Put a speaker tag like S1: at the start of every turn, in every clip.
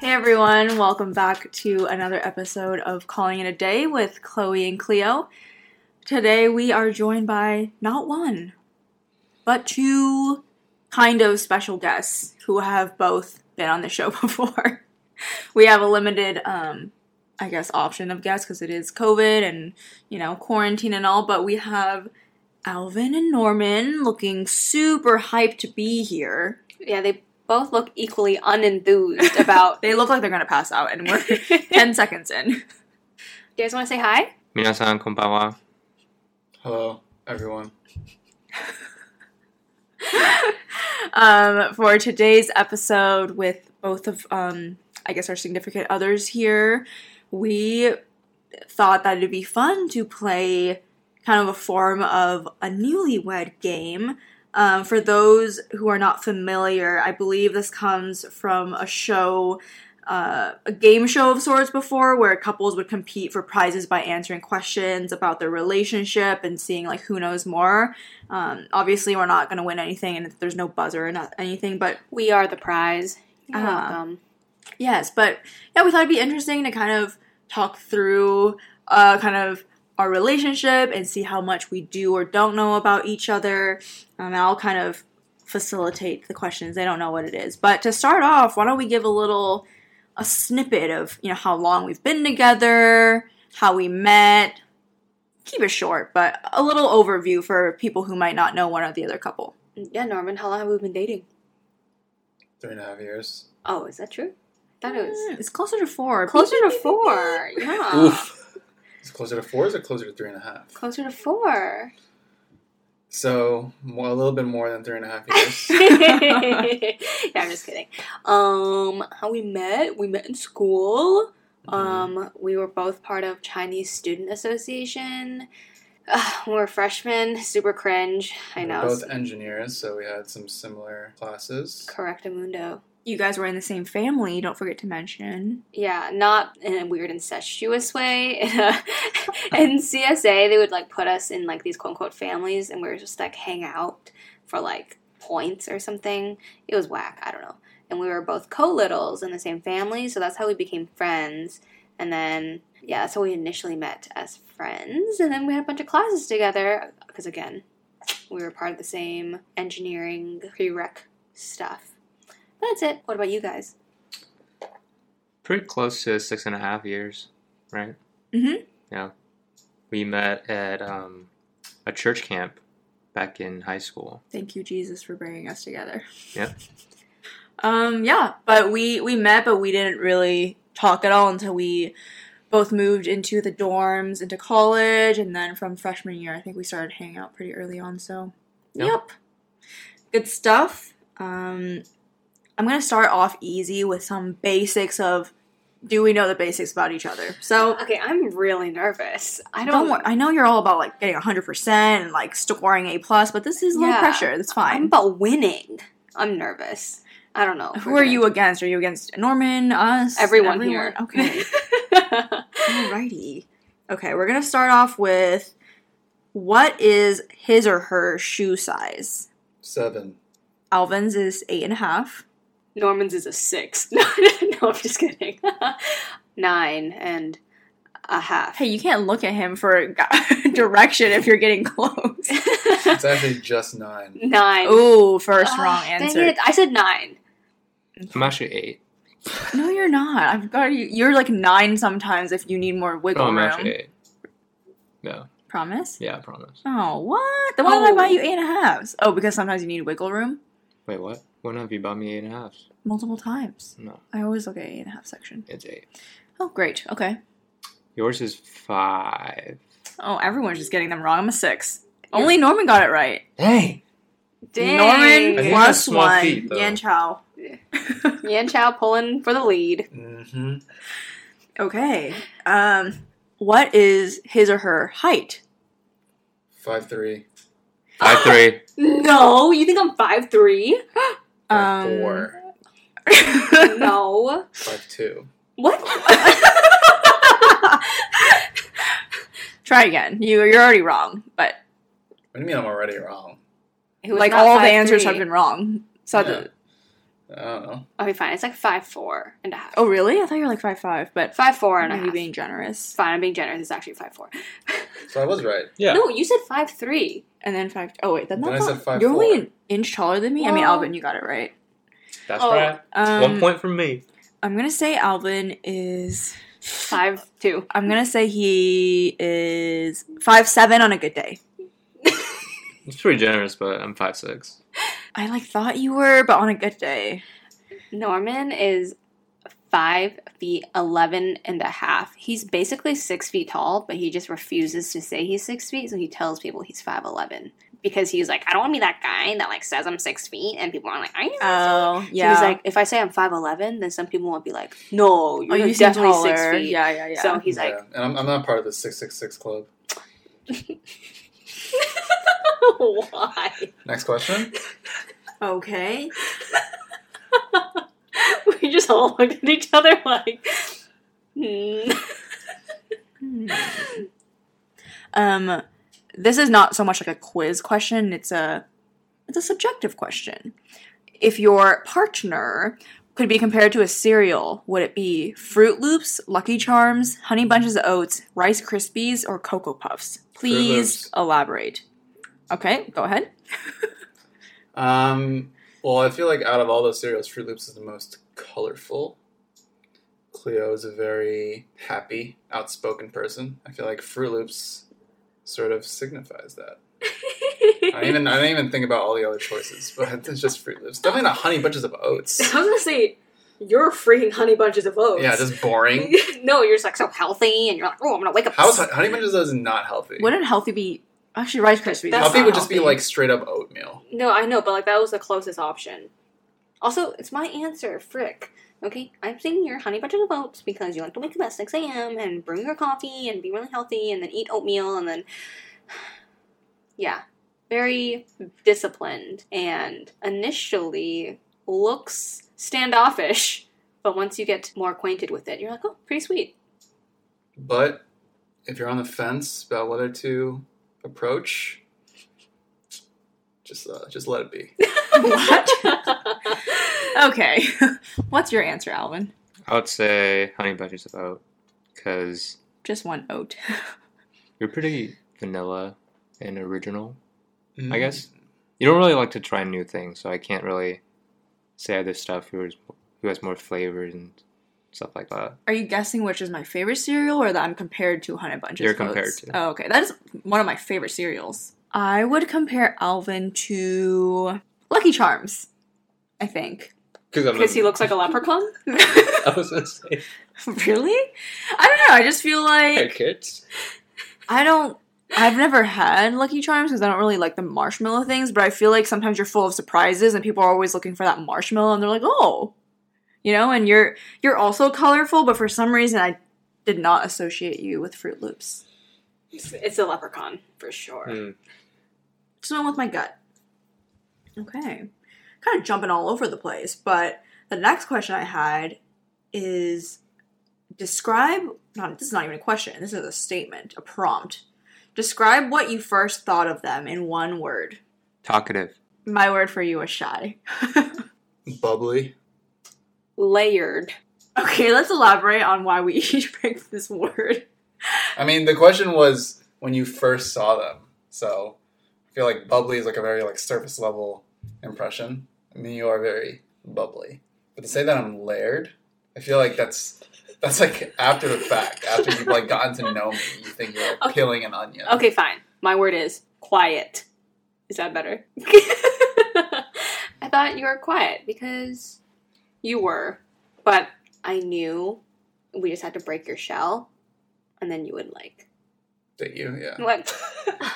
S1: Hey everyone, welcome back to another episode of Calling It a Day with Chloe and Cleo. Today we are joined by not one, but two kind of special guests who have both been on the show before. we have a limited, um, I guess, option of guests because it is COVID and, you know, quarantine and all, but we have Alvin and Norman looking super hyped to be here.
S2: Yeah, they both look equally unenthused about.
S1: They look like they're gonna pass out, and we're 10 seconds in.
S2: you guys want to say hi?
S3: Minasan konbanwa.
S4: Hello, everyone.
S1: Um, for today's episode, with both of, um, I guess, our significant others here, we thought that it'd be fun to play kind of a form of a newlywed game. Um, for those who are not familiar, I believe this comes from a show, uh, a game show of sorts before, where couples would compete for prizes by answering questions about their relationship and seeing like who knows more. Um, obviously, we're not going to win anything, and there's no buzzer and not anything, but
S2: We are the prize. Um, You're
S1: Ah.
S2: welcome.
S1: Yes, but yeah, we thought it'd be interesting to kind of talk through uh, kind of our relationship and see how much we do or don't know about each other. Um, I'll kind of facilitate the questions. They don't know what it is, but to start off, why don't we give a little a snippet of you know how long we've been together, how we met. Keep it short, but a little overview for people who might not know one or the other couple.
S2: Yeah, Norman, how long have we been dating?
S4: Three and a half years.
S2: Oh, is that true? I thought it was
S1: Mm, it's closer to four.
S2: closer to four. Yeah.
S4: Oof. Is it closer to four? Is it closer to three and a half?
S2: Closer to four.
S4: So, more, a little bit more than three and a half years.
S2: yeah, I'm just kidding. Um, how we met? We met in school.
S4: Mm-hmm.
S2: Um, we were both part of Chinese Student Association. Ugh, we were freshmen. Super cringe. I know.
S4: We're both engineers, so we had some similar classes.
S2: Correctamundo.
S1: you guys were in the same family, don't forget to mention.
S2: Yeah, not in a weird incestuous way. In, a, in CSA, they would like put us in like these quote unquote families, and we were just like hang out for like points or something. It was whack. I don't know. And we were both co-littles in the same family, so that's how we became friends. And then yeah, that's how we initially met as friends. And then we had a bunch of classes together because again, we were part of the same engineering prereq stuff. That's it. What about you guys?
S3: Pretty close to six and a half years, right?
S2: Mm-hmm.
S1: Mhm.
S3: Yeah. We met at um, a church camp back in high school.
S1: Thank you, Jesus, for bringing us together.
S3: Yeah.
S1: Um, yeah, but we we met, but we didn't really talk at all until we both moved into the dorms, into college, and then from freshman year, I think we started hanging out pretty early on. So,
S3: Yeah.
S1: yep, good stuff. Um, I'm gonna start off easy with some basics of do we know the basics about each other? So,
S2: Okay, I'm really nervous. I don't.
S1: don't, worry. I know you're all about like getting 100% and like scoring A plus, but this is low
S2: Yeah.
S1: pressure. That's
S2: I'm
S1: fine.
S2: about winning. I'm nervous. I don't know.
S1: Who are you against? Are you against Norman, us,
S2: Everyone here.
S1: Okay.
S2: Okay.
S1: Alrighty. Okay, we're gonna start off with what is his or her shoe size?
S4: Seven.
S1: Alvin's is eight and a half.
S2: Norman's is a six. no, I'm just kidding. Nine and a half.
S1: Hey, you can't look at him for direction if you're getting close.
S4: It's actually just nine.
S2: nine.
S1: Ooh, first
S2: Ah,
S1: wrong
S2: dang
S1: answer.
S2: it, I said nine.
S3: I'm actually eight.
S1: No, you're not. I've got you. You're like nine sometimes if you need more
S3: No,
S1: wiggle
S3: Oh, I'm actually
S1: room.
S3: eight. No,
S1: Promise.
S3: yeah, I promise.
S1: Oh, what? Then why did I buy
S2: Oh.
S1: you eight and a halves? Oh, because sometimes you need wiggle room
S3: Wait, what? When have you bought me eight and a half?
S1: multiple times.
S3: No,
S1: I always look at eight and a half section.
S3: it's eight.
S1: Oh, great. Okay.
S3: Yours is five.
S1: Oh, everyone's just getting them wrong. I'm a six. Only Norman got it right.
S3: Dang!
S2: Dang.
S4: I
S1: Norman
S4: think
S1: plus
S4: that's small
S1: one.
S4: feet, though.
S1: Yan Chao.
S2: Yan Chao pulling for the lead.
S4: Mm-hmm.
S1: Okay. Um, what is his or her height?
S4: Five three.
S3: Five three.
S2: No, you think I'm five three?
S4: Five
S1: Um,
S4: four.
S2: No.
S4: Five two.
S2: What?
S1: Try again. You you're already wrong, but
S4: What do you mean I'm already wrong?
S2: It was
S1: like
S2: not
S1: all the
S2: 5'3".
S1: answers have been wrong. So
S4: Yeah. I don't know.
S2: Okay, fine. It's like five four and a half.
S1: Oh, really? I thought you were like five five, but
S2: Five four and a
S1: are you
S2: half.
S1: being generous?
S2: Fine, I'm being generous. It's actually five four.
S4: So I was right.
S3: Yeah.
S2: No, you said five three.
S1: And then five. Oh wait, then
S4: Then
S1: that's
S4: I
S1: not-
S4: said
S1: You're only
S4: 5'4".
S1: an inch taller than me. I mean,
S2: Well-
S1: Alvin, you got it right.
S3: That's
S2: Oh.
S3: right.
S1: Um,
S3: One point from me.
S1: I'm gonna say Alvin is.
S2: Five two.
S1: I'm gonna say he is five seven on a good day.
S3: It's pretty generous, but I'm five six.
S1: I like thought you were, but on a good day.
S2: Norman is five feet eleven and a half. He's basically six feet tall, but he just refuses to say he's six feet, so he tells people he's five eleven. Because he's like, I don't want to be that guy that like says I'm six feet, and people are like, I you
S1: Oh
S2: So
S1: yeah.
S2: he's like, if I say I'm five eleven, then some people won't be like, No,
S1: oh,
S2: you're
S1: you seem
S2: definitely
S1: taller.
S2: six feet.
S1: Yeah, yeah, yeah.
S2: So he's like,
S4: Yeah. and I'm, I'm not part of the 666 club.
S2: Why?
S4: Next question.
S1: okay.
S2: We just all looked at each other like, hmm.
S1: Hmm. Um, this is not so much like a quiz question. It's a it's a subjective question. If your partner could be compared to a cereal, would it be Fruit Loops, Lucky Charms, Honey Bunches of Oats, Rice Krispies, or Cocoa Puffs? Please
S4: Loops.
S1: elaborate. Okay, go ahead.
S4: Um, well, I feel like out of all those cereals, Fruit Loops is the most colorful. Cleo is a very happy, outspoken person. I feel like Fruit Loops sort of signifies that. I didn't even I didn't even think about all the other choices, but it's just Fruit Loops. Definitely not Honey Bunches of Oats.
S2: I was gonna say, you're freaking honey bunches of oats.
S4: Yeah, just boring.
S2: no, you're just like so healthy, and you're like, oh, I'm gonna wake up.
S4: How is Hon- Honey Bunches of Oats not healthy?
S1: Wouldn't healthy be actually Rice Krispies?
S2: That's
S4: healthy
S2: not
S4: would just be
S1: healthy.
S4: like straight up oatmeal.
S2: no, I know, but like that was the closest option. Also, it's my answer, frick. Okay, I'm saying you're honey bunches of oats because you like to wake up at 6 a.m. and brew your coffee and be really healthy and then eat oatmeal and then, yeah, very disciplined and initially looks standoffish, but once you get more acquainted with it, you're like, oh, pretty sweet.
S4: But if you're on the fence about whether to approach, just uh, just let it be.
S1: what? Okay. What's your answer, Alvin?
S3: I would say honey bunches of oat because
S1: Just one oat.
S3: you're pretty vanilla and original.
S4: Mm-hmm.
S3: I guess you don't really like to try new things, so I can't really say other stuff who is who has more flavors and stuff like that.
S1: Are you guessing which is my favorite cereal or that I'm compared to Honey Bunches?
S3: You're
S1: of Oats?
S3: compared to.
S1: Oh, okay. That is one of my favorite cereals. I would compare Alvin to Lucky Charms, I think.
S2: Because he looks like a leprechaun?
S3: I was gonna say
S1: really? I don't know. I just feel like
S3: kids.
S1: I don't. I've never had Lucky Charms because I don't really like the marshmallow things, but I feel like sometimes you're full of surprises and people are always looking for that marshmallow and they're like, "Oh." You know, and you're you're also colorful, but for some reason I did not associate you with Fruit Loops.
S2: It's- It's a leprechaun for sure.
S4: Hmm.
S3: Hmm.
S1: just went with my gut. Okay. Kind of jumping all over the place, but the next question I had is describe not this is not even a question, this is a statement, a prompt. Describe what you first thought of them in one word.
S3: Talkative.
S1: My word for you was shy.
S4: Bubbly.
S2: Layered.
S1: okay, let's elaborate on why we each picked this word.
S4: I mean, the question was when you first saw them, so I feel like bubbly is like a very like surface level impression. I mean, you are very bubbly, but to say that I'm layered, I feel like that's that's like after the fact, after you've like gotten to know me, you think you're like
S2: Okay.
S4: peeling an onion.
S2: Okay, fine. My word is quiet. Is that better? I thought you were quiet because you were, but I knew we just had to break your shell and then you would like
S4: Thank you. Yeah.
S2: What?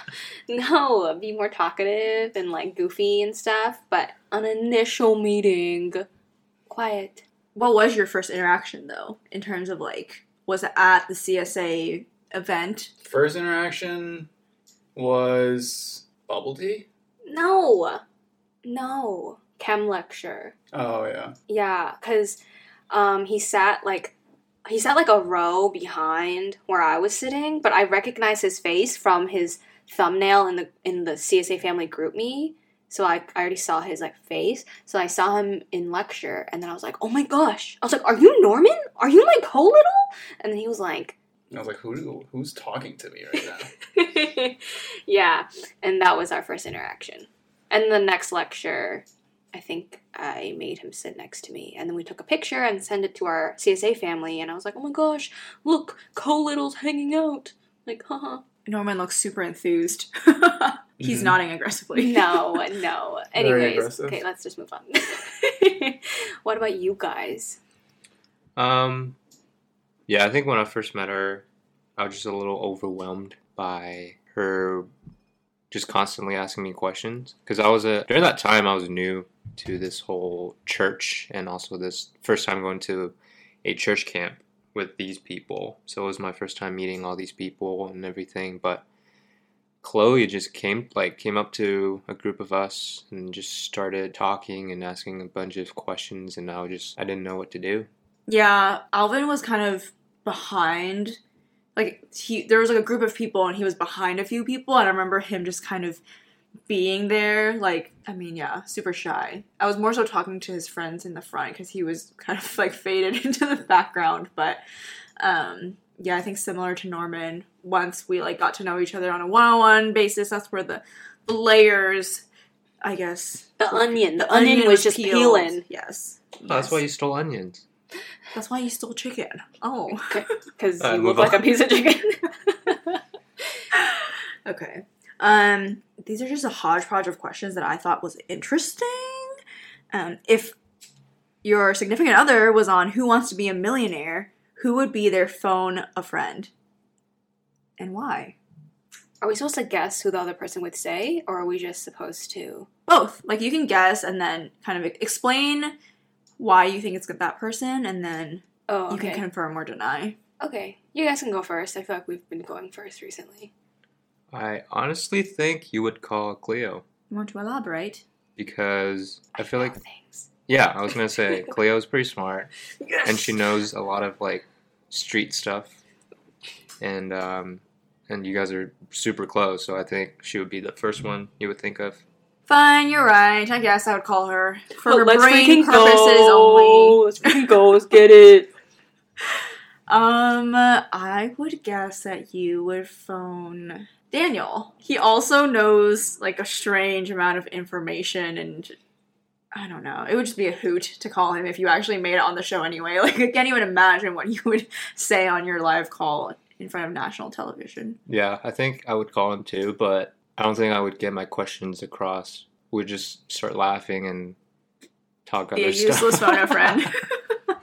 S2: no, be more talkative and like goofy and stuff, but an initial meeting, quiet.
S1: What was your first interaction though, in terms of like was it at the CSA event?
S4: First interaction was bubble tea.
S2: No, no. Chem lecture.
S4: Oh yeah.
S2: Yeah, because um, he sat like he sat like a row behind where I was sitting, but I recognized his face from his thumbnail in the in the CSA family group me. So I, I already saw his like face. So I saw him in lecture, and then I was like, "Oh my gosh!" I was like, "Are you Norman? Are you like Cole Little?" And then he was like,
S4: And I was like, who do, who's talking to me right now?
S2: "Yeah." And that was our first interaction. And the next lecture, I think I made him sit next to me, and then we took a picture and sent it to our CSA family. And I was like, "Oh my gosh, look, Cole Little's hanging out!" Like, haha.
S1: Norman looks super enthused. He's
S4: Mhm.
S1: nodding aggressively.
S2: No, no.
S4: Very
S2: Anyways,
S4: aggressive.
S2: okay, let's just move on. what about you guys?
S3: Um, yeah, I think when I first met her, I was just a little overwhelmed by her just constantly asking me questions because I was a during that time I was new to this whole church and also this first time going to a church camp with these people. So it was my first time meeting all these people and everything, but Chloe just came like came up to a group of us and just started talking and asking a bunch of questions and I was just I didn't know what to do.
S1: Yeah, Alvin was kind of behind. Like he, there was like a group of people, and he was behind a few people. And I remember him just kind of being there. Like, I mean, yeah, super shy. I was more so talking to his friends in the front because he was kind of like faded into the background. But um, yeah, I think similar to Norman, once we like got to know each other on a one-on-one basis, that's where the, the layers, I guess,
S2: The onion. The,
S1: the
S2: onion, was just
S1: peeled.
S2: peeling.
S1: Yes.
S3: Oh, that's
S1: Yes.
S3: why you stole onions.
S1: That's why you stole chicken. Oh.
S2: Because
S3: Uh,
S2: you
S3: move
S2: look like
S3: on.
S2: a piece of chicken.
S1: Okay. Um, these are just a hodgepodge of questions that I thought was interesting. Um, if your significant other was on Who Wants to Be a Millionaire, who would be their phone a friend? And why?
S2: are we supposed to guess who the other person would say, or are we just supposed to?
S1: Both. Like you can guess and then kind of e-, explain why you think it's that person and then
S2: Oh,
S1: you
S2: okay.
S1: can confirm or deny.
S2: okay, you guys can go first. I feel like we've been going first recently.
S3: I honestly think you would call Cleo
S1: Want to elaborate?
S3: because I feel
S2: know
S3: like
S2: things.
S3: yeah, I was gonna say Cleo's pretty smart
S2: Yes.
S3: and she knows a lot of like street stuff, and um, and you guys are super close, so I think she would be the first one you would think of.
S1: Fine, you're right. I guess I would call her for
S2: But
S1: her
S2: let's
S1: brain
S2: freaking
S1: purposes only.
S2: go. Let's freaking go. Let's get it.
S1: Um, I would guess that you would phone Daniel. He also knows like a strange amount of information, and I don't know. It would just be a hoot to call him if you actually made it on the show anyway. Like, I can't even imagine what you would say on your live call in front of national television.
S3: Yeah, I think I would call him too, but I don't think I would get my questions across. We'd just start laughing and talk
S1: Be a
S3: other stuff.
S1: useless phone a friend.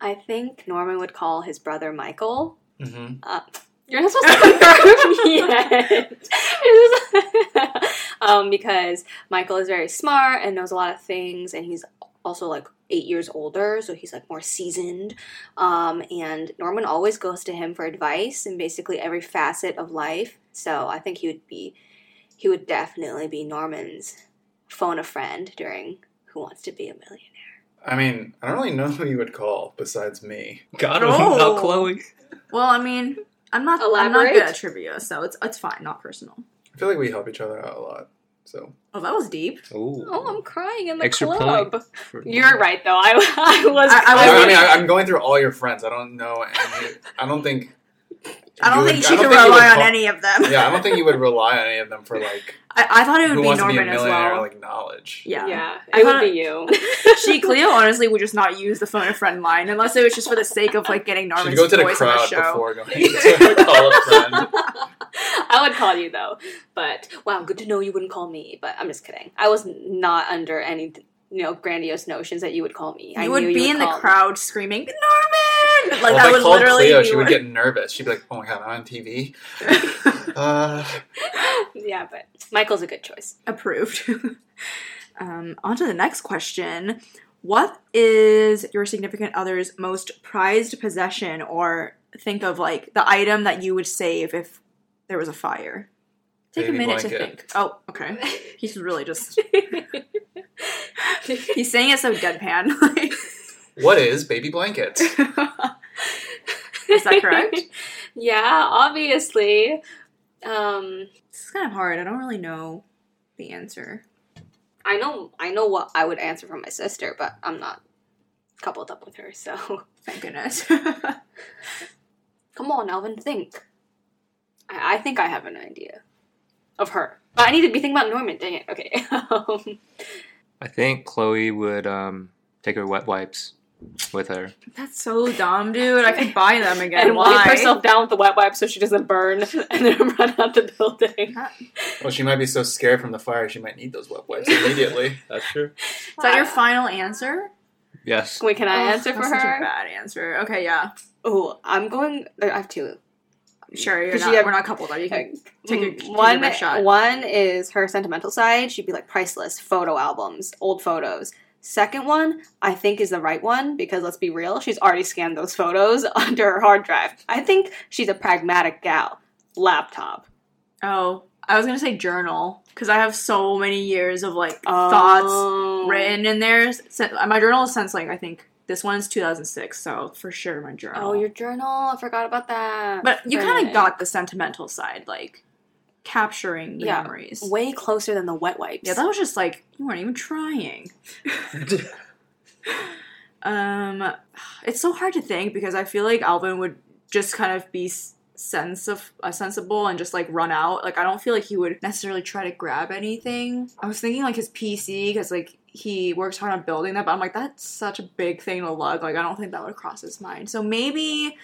S2: I think Norman would call his brother Michael.
S4: Mm-hmm.
S2: You're not supposed to confirm yet. You're just- um, because Michael is very smart and knows a lot of things, and he's also like eight years older, so he's like more seasoned. Um, and Norman always goes to him for advice in basically every facet of life. So I think he would be, he would definitely be Norman's phone a friend during Who Wants to Be a Millionaire.
S4: I mean, I don't really know who you would call besides me.
S3: Got
S1: him, Oh. not
S3: Chloe.
S1: well, I mean, I'm not. I'm not
S2: Elaborate?
S1: good at trivia, so it's it's fine, not personal.
S4: I feel like we help each other out a lot. So
S1: Oh, that was deep.
S2: Oh, I'm crying in the
S3: Extra
S2: club.
S3: point. For-
S2: You're right, though. I, I was.
S1: I- I
S4: I,
S1: was
S2: crying.
S4: I mean, I, I'm going through all your friends. I don't know. Any, I don't think.
S1: I don't
S4: you
S1: think
S4: would-
S1: she
S4: I
S1: can
S4: don't think you would
S1: rely on
S4: call-
S1: any of them.
S4: Yeah, I don't think you would rely on any of them for like
S1: I, I thought it would
S4: who
S1: be
S4: wants
S1: Norman
S4: to be a
S1: as
S4: millionaire
S1: well.
S4: like knowledge.
S1: yeah.
S2: Yeah,
S1: I
S2: it
S1: thought-
S2: would be you.
S1: she Cleo honestly would just not use the phone a friend line unless it was just for the sake of like getting
S4: Should
S1: Norman's
S4: go to the
S1: voice on the
S4: crowd
S1: show.
S4: before going to call a friend.
S2: I would call you though, but wow, good to know you wouldn't call me. But I'm just kidding. I was not under any you know grandiose notions that you would call me. I
S1: You would
S2: knew
S1: be in the
S2: call me.
S1: crowd screaming Norman. Like
S4: well,
S1: that
S4: if I
S1: would
S4: called
S1: literally
S4: Cleo,
S1: be
S4: she would
S1: what-
S4: get nervous. She'd be like, "Oh my god, I'm on TV." Uh,
S2: yeah, but Michael's a good choice.
S1: approved. um, on to the next question. What is your significant other's most prized possession, or think of like the item that you would save if there was a fire? Take a
S4: Baby
S1: minute to
S4: blanket.
S1: think. Oh, okay. He's really just. He's saying it so deadpan. like-
S4: what is baby blanket?
S1: Is that correct?
S2: yeah, obviously. Um,
S1: This is kind of hard. I don't really know. the answer.
S2: I know I know what I would answer from my sister, but I'm not coupled up with her, so
S1: Thank goodness.
S2: come on, Alvin, think. I, I think I have an idea of her. But I need to be thinking about Norman. Dang it. Okay. um,
S3: I think Chloe would um, take her wet wipes with her.
S1: That's so dumb, dude. I could buy them again.
S2: and
S1: Why?
S2: wipe herself down with the wet wipe so she doesn't burn, and then run out the building.
S4: Well, she might be so scared from the fire, she might need those wet wipes immediately.
S3: That's true.
S1: Is that your final answer?
S3: Yes.
S2: Wait, can I
S1: Ugh,
S2: answer for
S1: that's Such a
S2: her?
S1: bad answer. Okay, yeah.
S2: Oh, I'm going. I have two.
S1: Sure, you're
S2: 'Cause
S1: not,
S2: you have-
S1: we're not coupled up. You can Take a-
S2: Mm,
S1: take a
S2: one
S1: best shot.
S2: one is her sentimental side. She'd be like priceless photo albums, old photos. Second one, I think is the right one because let's be real, she's already scanned those photos onto her hard drive. I think she's a pragmatic gal. Laptop.
S1: Oh, I was gonna say journal because I have so many years of like
S2: Oh.
S1: thoughts written in there. Sen- My journal is since like I think this one's 2006, so for sure my journal.
S2: Oh, your journal. I forgot about that.
S1: but you kind
S2: Right.
S1: of got the sentimental side, like capturing the
S2: Yeah.
S1: memories.
S2: way closer than the wet wipes.
S1: yeah, that was just like you weren't even trying. Um, it's so hard to think because I feel like Alvin would just kind of be s- sense of uh, sensible and just like run out. Like I don't feel like he would necessarily try to grab anything. I was thinking like his PC because like he works hard on building that, but I'm like that's such a big thing to lug. Like I don't think that would cross his mind. So maybe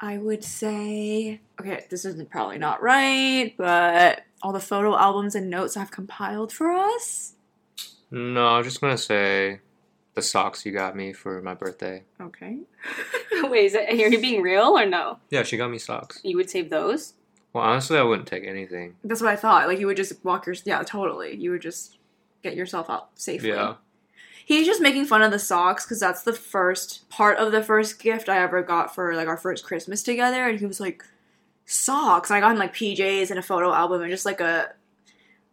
S1: I would say okay, this is probably not right, but all the photo albums and notes I've compiled for us.
S3: No, I was just gonna say the socks you got me for my birthday.
S1: Okay.
S2: Wait, is it, are you being real or no?
S3: Yeah, she got me socks.
S2: You would save those?
S3: Well, honestly, I wouldn't take anything.
S1: That's what I thought. Like you would just walk your yeah, totally. You would just get yourself out safely.
S3: Yeah.
S1: He's just making fun of the socks because that's the first part of the first gift I ever got for like our first Christmas together, and he was like socks. And I got him like PJs and a photo album and just like a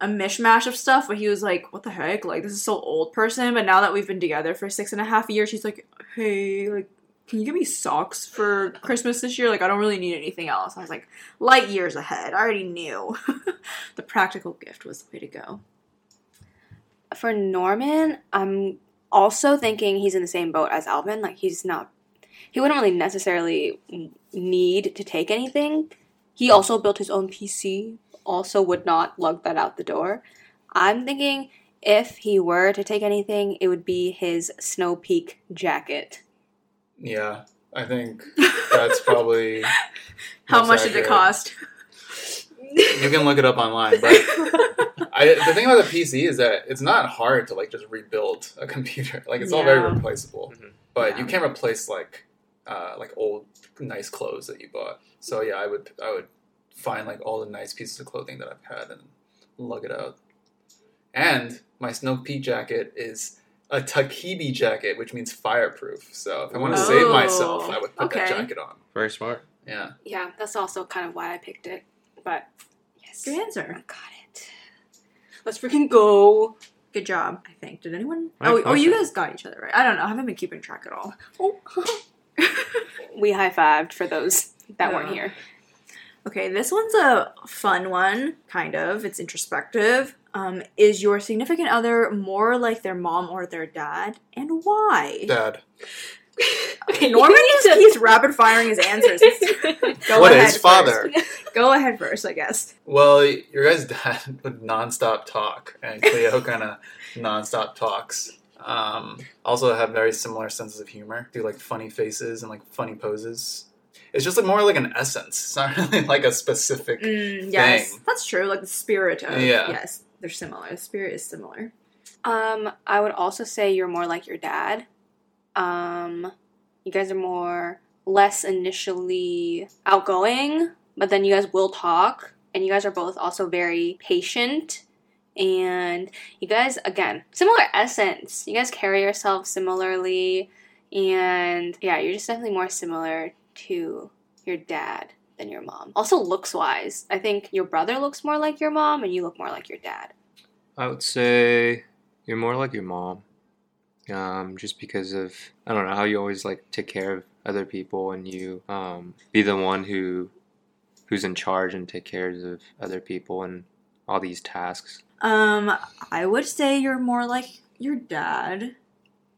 S1: a mishmash of stuff. But he was like, "What the heck? Like this is so old person." But now that we've been together for six and a half years, he's like, "Hey, like." Can you give me socks for Christmas this year? Like, I don't really need anything else. I was like, light years ahead. I already knew. the practical gift was the way to go.
S2: for Norman, I'm also thinking he's in the same boat as Alvin. Like he's not, he wouldn't really necessarily need to take anything. He also built his own PC. Also, would not lug that out the door. I'm thinking if he were to take anything, it would be his Snow Peak jacket.
S4: yeah, I think that's probably.
S1: How
S4: most
S1: much did it
S4: accurate.
S1: cost?
S4: You can look it up online, but I, the thing about the PC is that it's not hard to like just rebuild a computer. Like it's all very
S1: Yeah.
S4: replaceable, but you
S1: Yeah.
S4: can replace like uh, like old nice clothes that you bought. So yeah, I would I would find like all the nice pieces of clothing that I've had and lug it out. And my Snow Peak jacket is a Takibi jacket, which means fireproof. So if I want to save
S1: Oh,
S4: myself, I would put that
S1: okay.
S4: jacket on.
S3: Very smart.
S4: Yeah,
S2: Yeah, that's also kind of why I picked it. But yes,
S1: Good answer.
S2: got it. Let's freaking go.
S1: Good job, I think. Did anyone?
S3: I
S1: oh, oh, you
S3: thought so.
S1: guys got each other right. I don't know. I haven't been keeping track at all.
S2: We high fived for those that weren't
S1: Yeah.
S2: here.
S1: Okay, this one's a fun one, kind of. It's introspective. Um, is your significant other more like their mom or their dad, and why?
S4: Dad.
S2: Okay,
S1: Norman just keeps rapid firing his answers. Go
S4: What
S1: ahead
S4: is
S1: first.
S4: father?
S1: Go ahead first, I guess.
S4: Well, your guys' dad would nonstop talk, and Cleo kind of nonstop talks. Um, also, have very similar senses of humor. Do like funny faces and like funny poses. It's just like more like an essence. It's not really like a specific.
S1: Mm, yes,
S4: Dang.
S1: that's true. Like the spirit of
S4: Yeah.
S1: yes, they're similar. The spirit is similar.
S2: Um, I would also say you're more like your dad. Um, you guys are more less initially outgoing, but then you guys will talk, and you guys are both also very patient. And you guys, again, similar essence. You guys carry yourselves similarly, and yeah, you're just definitely more similar to your dad than your mom. Also, looks wise, I think your brother looks more like your mom, and you look more like your dad.
S3: I would say you're more like your mom, um, just because of I don't know how you always like take care of other people and you um, be the one who who's in charge and take care of other people and all these tasks.
S1: Um, I would say you're more like your dad,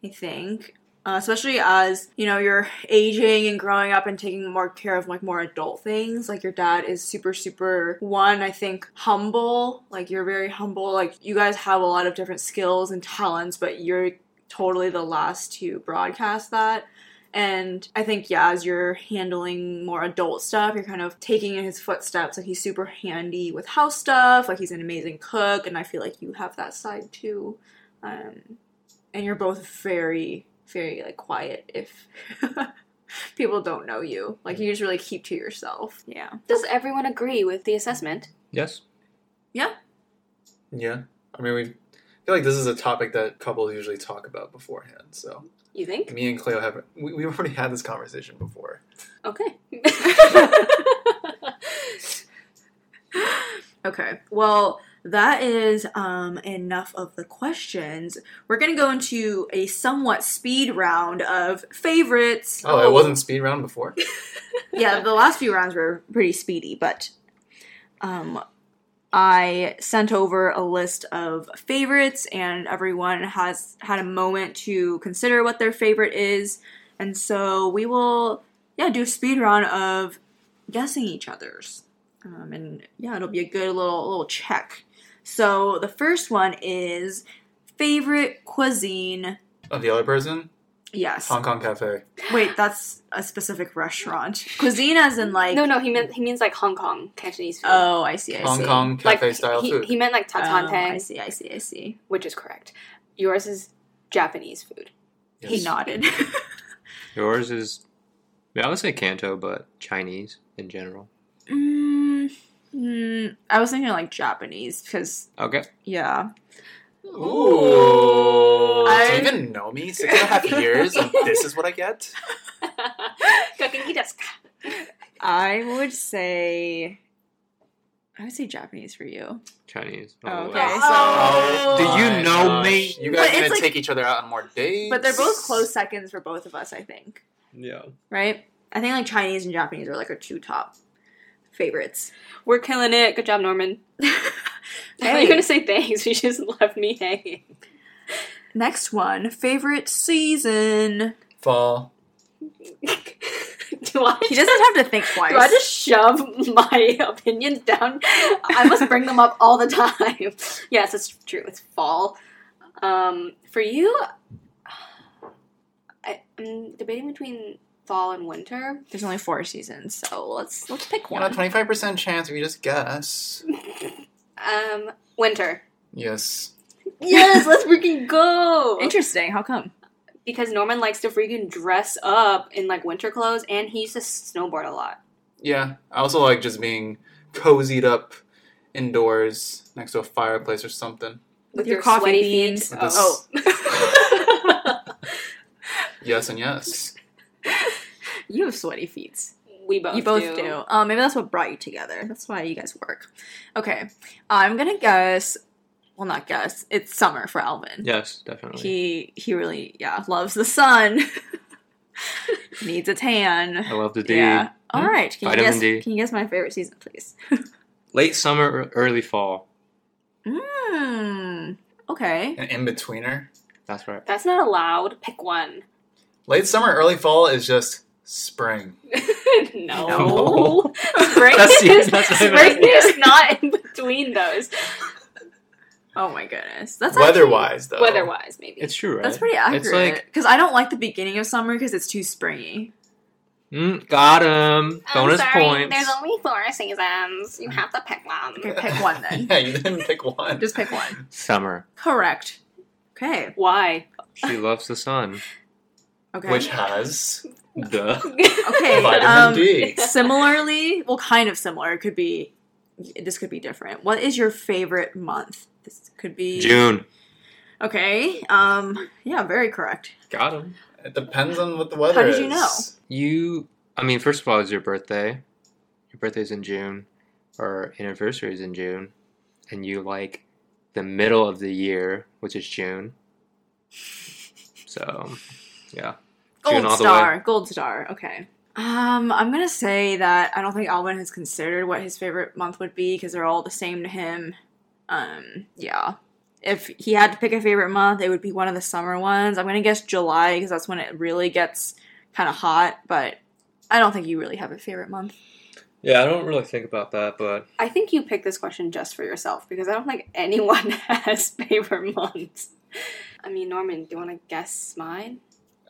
S1: I think. Uh, especially as you know you're aging and growing up and taking more care of like more adult things like your dad is super super one i think humble like you're very humble like you guys have a lot of different skills and talents but you're totally the last to broadcast that and I think, yeah, as you're handling more adult stuff, you're kind of taking in his footsteps. Like, he's super handy with house stuff. Like, he's an amazing cook. And I feel like you have that side too. Um, and you're both very, very, like, quiet if people don't know you. Like, you just really keep to yourself. Yeah.
S2: Does everyone agree with the assessment?
S3: Yes.
S4: Yeah. I mean, we feel like this is a topic that couples usually talk about beforehand. So
S2: You think?
S4: me and Cleo have we, we've already had this conversation before.
S2: Okay.
S1: Okay. Well, that is um, enough of the questions. We're going to go into a somewhat speed round of favorites.
S4: Oh, it wasn't speed round before.
S1: yeah, the last few rounds were pretty speedy, but um, I sent over a list of favorites, and everyone has had a moment to consider what their favorite is. And so we will, yeah, do a speed round of guessing each other's, um, and yeah, it'll be a good little little check. So the first one is favorite cuisine.
S4: Of the other person,
S1: Yes.
S4: Hong Kong cafe.
S1: Wait, that's a specific restaurant. Cuisine, as in like.
S2: no, no, he meant he means like Hong Kong Cantonese food.
S1: Oh, I see. I
S4: Hong
S1: see.
S4: Kong
S2: like
S4: cafe style
S2: he,
S4: food.
S2: he meant like
S1: Oh, I
S2: tatanpeng,
S1: see, I see, I see.
S2: which is correct. Yours is Japanese food.
S1: He nodded.
S3: Yours is, yeah, I would say Canto, but Chinese in general.
S1: mm, mm, I was thinking like Japanese because,
S3: Okay.
S1: yeah.
S4: Ooh. Do
S1: I-
S4: you even know me? Six and a half years, and this is what I get?
S2: Kakenki desu ka?
S1: I would say. I would say Japanese for you.
S3: Chinese.
S1: Oh, okay.
S3: wow.
S1: so-
S4: Oh
S3: Do you
S4: my
S3: know
S4: gosh.
S3: me?
S4: You
S1: But
S4: guys are
S1: it's
S4: gonna
S1: like-
S4: take each other out on more dates.
S1: But they're both close seconds for both of us, I think.
S3: Yeah.
S1: Right? I think like Chinese and Japanese are like our two top favorites.
S2: We're killing it. Good job, Norman.
S1: Hey.
S2: You're gonna say thanks. You just left me hanging.
S1: Next one favorite season.
S4: Fall.
S2: do I?
S1: He doesn't have to think twice.
S2: Do I just shove my opinions down? I must bring them up all the time. Yes, it's true. It's fall. Um, for you, I, I'm debating between fall and winter.
S1: There's only four seasons, so let's let's pick
S4: You know,
S1: one.
S4: twenty five percent chance if you just guess.
S2: Um, winter.
S4: Yes.
S2: Yes, let's freaking go.
S1: Interesting. How come?
S2: Because Norman likes to freaking dress up in like winter clothes, and he used to snowboard a lot.
S4: Yeah. I also like just being cozied up indoors next to a fireplace or something.
S1: With your coffee
S2: sweaty
S1: beans.
S2: feet.
S4: With this-
S2: Oh.
S4: Yes and yes.
S1: You have sweaty feet.
S2: we both.
S1: you both do. Um, maybe that's what brought you together. That's why you guys work. Okay, I'm gonna guess. Well, not guess. It's summer for Alvin.
S3: Yes, definitely.
S1: He he really yeah loves the sun. Needs a tan.
S3: I love the D.
S1: Yeah. All
S3: Hmm?
S1: right. Can
S3: Vitamin
S1: you guess?
S3: D.
S1: Can you guess my favorite season, please?
S3: Late summer, ear- early fall.
S1: Mmm. Okay.
S4: An in betweener.
S3: That's right.
S2: That's not allowed. Pick one.
S4: Late summer, early fall is just spring.
S2: no.
S3: No.
S2: Spring
S3: That's-
S2: is,
S3: that's-
S2: spring is not in between those.
S1: Oh my goodness. That's
S4: Weather
S1: actually-
S4: wise though.
S2: Weather wise, maybe.
S3: It's true, right?
S1: That's pretty accurate.
S3: It's like,
S1: because I don't like the beginning of summer because it's too springy.
S3: mm, got him.
S2: I'm
S3: Bonus
S2: Um, sorry,
S3: points.
S2: There's only four seasons. You have to pick one.
S1: Okay, pick one then.
S4: Yeah, you didn't pick one.
S1: Just pick one.
S3: Summer.
S1: Correct. Okay.
S2: Why?
S3: She loves the sun.
S1: Okay.
S4: Which has
S3: Duh.
S1: okay.
S4: vitamin
S1: um,
S4: D.
S1: similarly, well, kind of similar. It could be. This could be different. What is your favorite month? This could be
S3: June.
S1: Okay. Um. Yeah. Very correct.
S3: Got him.
S4: It depends on what the weather
S1: How
S4: is.
S1: did you know?
S3: You, I mean, first of all, it's your birthday. Your birthday's in June. Our anniversary is in June. And you like the middle of the year, which is June. So, yeah. June
S1: Gold
S3: all the
S1: star. Gold star. Okay. Um. I'm gonna say that I don't think Alvin has considered what his favorite month would be because they're all the same to him. Um, yeah. If he had to pick a favorite month, it would be one of the summer ones. I'm gonna guess July because that's when it really gets kind of hot. But I don't think you really have a favorite month.
S3: Yeah, I don't really think about that, but
S2: I think you picked this question just for yourself because I don't think anyone has favorite months. I mean, Norman, do you want to guess mine?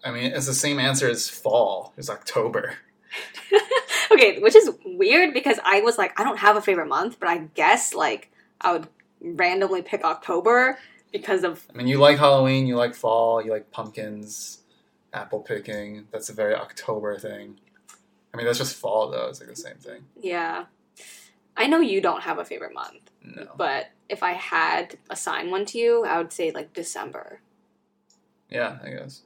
S4: I mean, it's the same answer as fall. It's October.
S2: okay, which is weird because I was like, I don't have a favorite month, but I guess like I would randomly pick October because of
S4: I mean, you like Halloween, you like fall, you like pumpkins, apple picking. That's a very October thing. I mean, that's just fall though. It's like the same thing.
S2: yeah. I know you don't have a favorite month,
S4: No.
S2: but if I had assigned one to you, I would say like December.
S4: Yeah, I guess.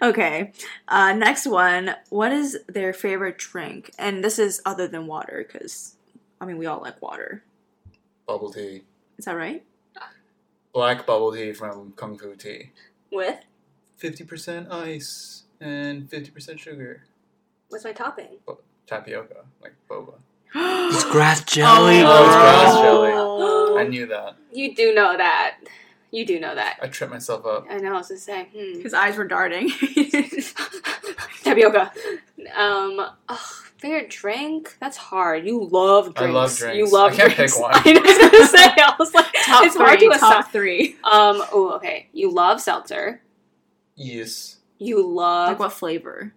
S1: Okay. Uh, next one. What is their favorite drink? And this is other than water, because I mean we all like water.
S4: Bubble tea.
S1: Is that right?
S4: Black bubble tea from Kung Fu Tea.
S2: With
S4: 50% ice and 50% sugar.
S2: what's my topping?
S4: Tapioca, like boba.
S3: it's grass
S1: jelly,
S3: jelly.
S4: Oh, it's grass
S1: no.
S4: jelly. I knew that.
S2: You do know that. You do know that.
S4: I tripped myself up.
S2: I know. I was gonna say. Hmm.
S1: His eyes were darting.
S2: tapioca. Um, oh, favorite drink? That's hard. You love
S4: I
S2: drinks.
S4: love
S2: You
S4: drinks.
S2: love
S4: I can't pick
S2: drinks.
S4: one.
S2: I was gonna say. I was like,
S1: top
S2: it's
S1: three.
S2: hard to
S1: top
S2: assign.
S1: three.
S2: Um. Oh, okay. You love seltzer.
S4: Yes.
S2: You love.
S1: Like what flavor?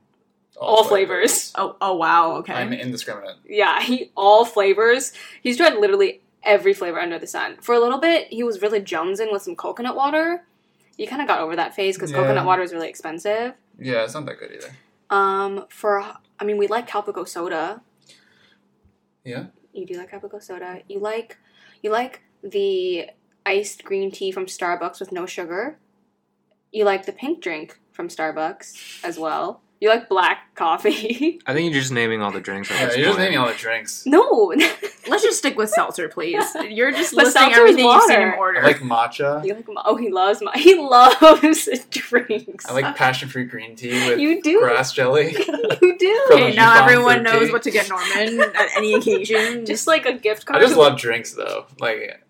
S2: All flavors.
S1: Oh, oh wow. Okay.
S4: I'm indiscriminate.
S2: Yeah, he all flavors. He's tried literally every flavor under the sun. For a little bit, he was really jonesing with some coconut water. You kind of got over that phase because
S4: Yeah.
S2: coconut water is really expensive.
S4: Yeah, it's not that good either.
S2: Um, for I mean, we like Calpico soda.
S4: Yeah.
S2: You do like Calpico soda. You like you like the iced green tea from Starbucks with no sugar. You like the pink drink from Starbucks as well. You like black coffee.
S3: I think you're just naming all the drinks. at
S4: Yeah,
S3: this
S4: you're just
S3: point.
S4: naming all the drinks.
S2: no,
S1: Let's just stick with seltzer, please. You're just
S2: But
S1: listing
S2: seltzer is
S1: everything you've seen in
S2: water.
S1: order.
S4: I like matcha.
S2: you like my, oh he loves my he loves drinks.
S4: I like passion fruit green tea with
S2: you do
S4: grass jelly.
S2: you do
S4: From
S1: okay,
S4: Jujuban
S1: now everyone
S4: fruit
S1: knows
S4: tea.
S1: what to get Norman at any occasion.
S2: just like a gift
S4: I
S2: card.
S4: just love drinks though. Like,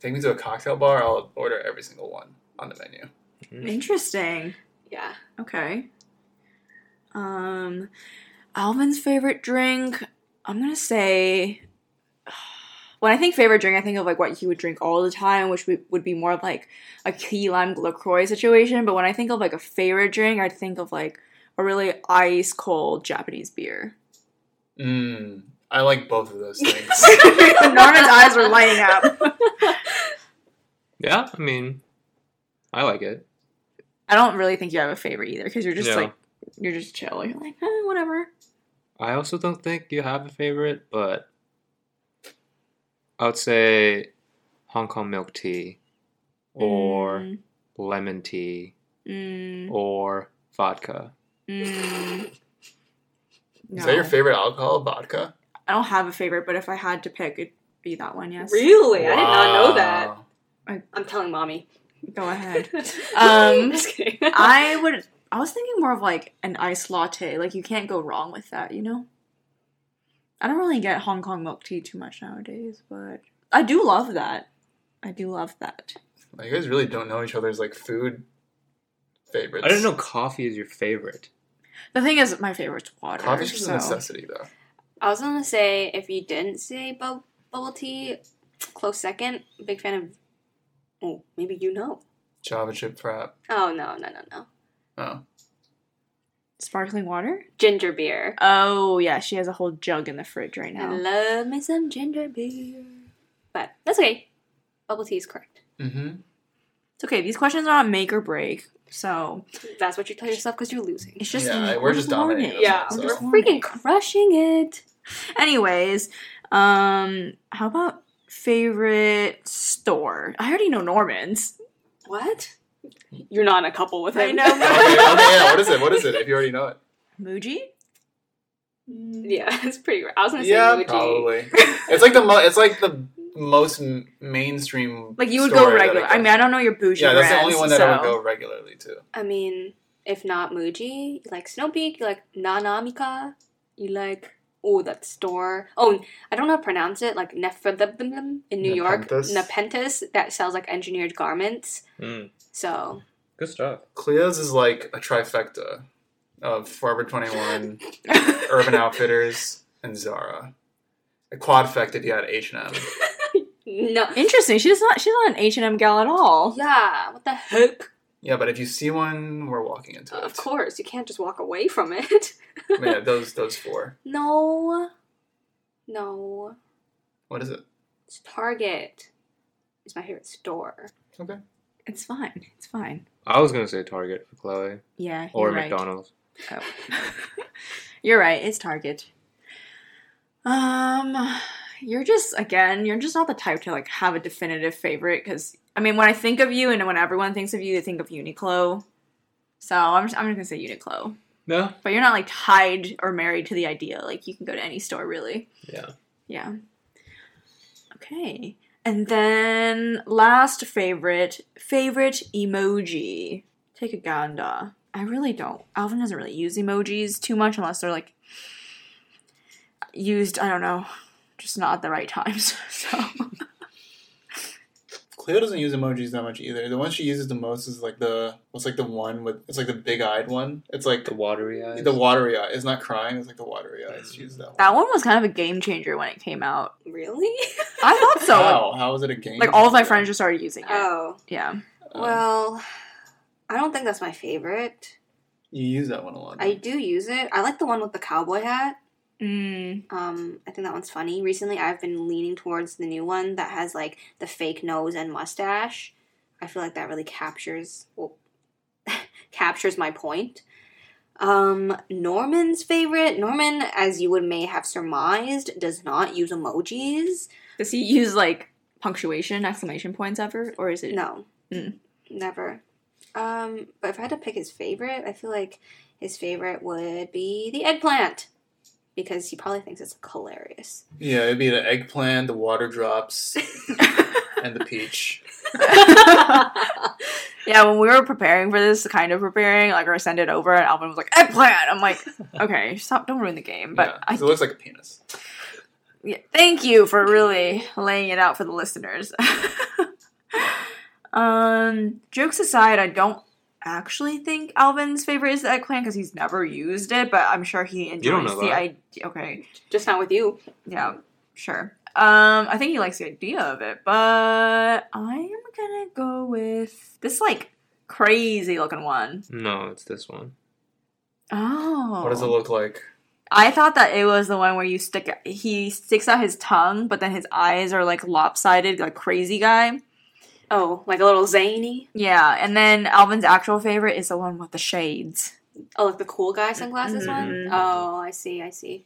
S4: take me to a cocktail bar. I'll order every single one on the menu.
S3: Mm-hmm.
S1: interesting.
S2: yeah.
S1: Okay. Um, Alvin's favorite drink. I'm gonna say. When I think favorite drink, I think of like what he would drink all the time, which would would be more of like a key lime LaCroix situation. But when I think of like a favorite drink, I'd think of like a really ice cold Japanese beer.
S4: Mmm. I like both of those things.
S1: Norman's eyes were lighting up.
S3: Yeah, I mean, I like it.
S1: I don't really think you have a favorite either because you're just
S3: No.
S1: like, you're just chill. You're like, eh, whatever.
S3: I also don't think you have a favorite, but I would say Hong Kong milk tea, or
S1: Mm,
S3: lemon tea,
S1: mm,
S3: Mm-hmm. or vodka.
S1: mm.
S4: Is that your favorite alcohol? Vodka.
S1: I don't have a favorite, but if I had to pick, it'd be that one. Yes.
S2: Really, I did not know that.
S4: Wow.
S2: I'm telling mommy.
S1: Go ahead.
S2: um, just kidding.
S1: I would. I was thinking more of like an iced latte. Like you can't go wrong with that. You know. I don't really get Hong Kong milk tea too much nowadays, but I do love that. I do love that.
S4: Like, you guys really don't know each other's like food favorites.
S3: I didn't know coffee is your favorite.
S1: The thing is, my favorite's water.
S4: Coffee's just
S1: so-
S4: a necessity though.
S2: I was gonna say if you didn't say bub- bubble tea, close second. Big fan of. Oh, maybe you know.
S4: Java chip frap.
S2: Oh no no no no.
S4: Oh.
S1: Sparkling water.
S2: Ginger beer.
S1: Oh yeah, she has a whole jug in the fridge right
S2: I
S1: now.
S2: love me some ginger beer. But that's okay. Bubble tea is correct.
S4: Mm-hmm.
S1: It's okay. These questions are on make or break, so
S2: That's what you tell yourself because you're losing.
S1: it's just
S4: Yeah, we're just
S1: warning.
S4: dominating
S2: Yeah,
S4: So-
S2: we're freaking crushing it.
S1: Anyways, um, how about favorite store? I already know Norman's.
S2: What? You're not in a couple with
S1: I
S2: him.
S1: know.
S4: okay, okay, yeah, what is it? What is it? If you already know it.
S1: Muji?
S2: yeah, it's pretty. Rare. I was gonna say
S4: Yeah,
S2: Muji.
S4: probably. It's like the mo- it's like the most m- mainstream.
S1: Like you would
S4: store
S1: go
S4: that
S1: regular. I
S4: can-
S1: mean, I don't know your bougie.
S4: yeah, that's the
S1: brands,
S4: only one that I would
S1: so-
S4: go regularly to.
S2: I mean, if not Muji, you like Snowpeak, you like Nanamika, you like oh that store. Oh, I don't know how to pronounce it. Like Nefedabim in New York,
S4: Nepenthes.
S2: Nepenthes that sells like engineered garments.
S3: Mm,
S2: So
S3: good stuff.
S4: Cleo's is like a trifecta of Forever 21, Urban Outfitters, and Zara. A quadfect if you had H&M.
S2: no,
S1: Interesting. She's not. She's not an H and M gal at all.
S2: yeah, what the heck?
S4: Yeah, but if you see one, we're walking into it.
S2: Of course, you can't just walk away from it.
S4: But yeah, those those four.
S2: No, no,
S4: What is it?
S2: it's Target. It's my favorite store.
S4: Okay.
S1: It's fine. It's fine.
S3: I was gonna say Target for Chloe
S1: Yeah.
S3: or
S1: you're right.
S3: McDonald's.
S1: Oh. you're right. It's Target. Um, you're just again, you're just not the type to like have a definitive favorite because I mean, when I think of you and when everyone thinks of you, they think of Uniqlo. So I'm just, I'm just gonna say Uniqlo.
S3: No.
S1: But you're not like tied or married to the idea. Like you can go to any store really.
S3: Yeah.
S1: Yeah. Okay. And then last favorite, favorite emoji. Take a gander. I really don't. Alvin doesn't really use emojis too much unless they're like used, I don't know, just not at the right times. So
S4: Cleo doesn't use emojis that much either. The one she uses the most is like the what's like the one with it's like the big eyed one. It's like
S3: The watery eyes.
S4: the watery eye. It's not crying. It's like the watery eyes. She uses that one.
S1: that one was kind of a game changer when it came out.
S2: Really?
S1: I thought so. Like,
S4: How? How is it a game?
S1: like, all of my friends just started using it.
S2: Oh,
S1: Yeah.
S4: Um,
S2: well, I don't think that's my favorite.
S4: you use that one a lot.
S2: I do use it. I like the one with the cowboy hat.
S1: Mm.
S2: Um, I think that one's funny. Recently, I've been leaning towards the new one that has like the fake nose and mustache. I feel like that really captures well, captures my point. Um, Norman's favorite Norman, as you would may have surmised, does not use emojis.
S1: Does he use like punctuation, exclamation points ever? Or is it
S2: No,
S1: Mm.
S2: never. Um, but if I had to pick his favorite, I feel like his favorite would be the eggplant because he probably thinks it's hilarious.
S4: Yeah, it'd be the eggplant, the water drops, and the peach.
S1: Yeah, when we were preparing for this, kind of preparing, like, or send it over, and Alvin was like, eggplant! I'm like, okay, stop, don't ruin the game. But
S4: yeah,
S1: I,
S4: 'cause it looks like a penis.
S1: yeah, thank you for really laying it out for the listeners. um, jokes aside, I don't actually think Alvin's favorite is the eggplant because he's never used it, but I'm sure he enjoys
S3: don't know
S1: the
S3: that.
S1: idea. Okay,
S2: Just not with you.
S1: yeah, sure. Um, I think he likes the idea of it, but I am gonna go with this like crazy looking one.
S3: No, it's this one.
S1: Oh,
S4: What does it look like?
S1: I thought that it was the one where you stick. He sticks out his tongue, but then his eyes are like lopsided, like crazy guy.
S2: Oh, like a little zany.
S1: Yeah, and then Alvin's actual favorite is the one with the shades.
S2: Oh, like the cool guy sunglasses
S1: Mhm.
S2: one? Oh, I see, I see.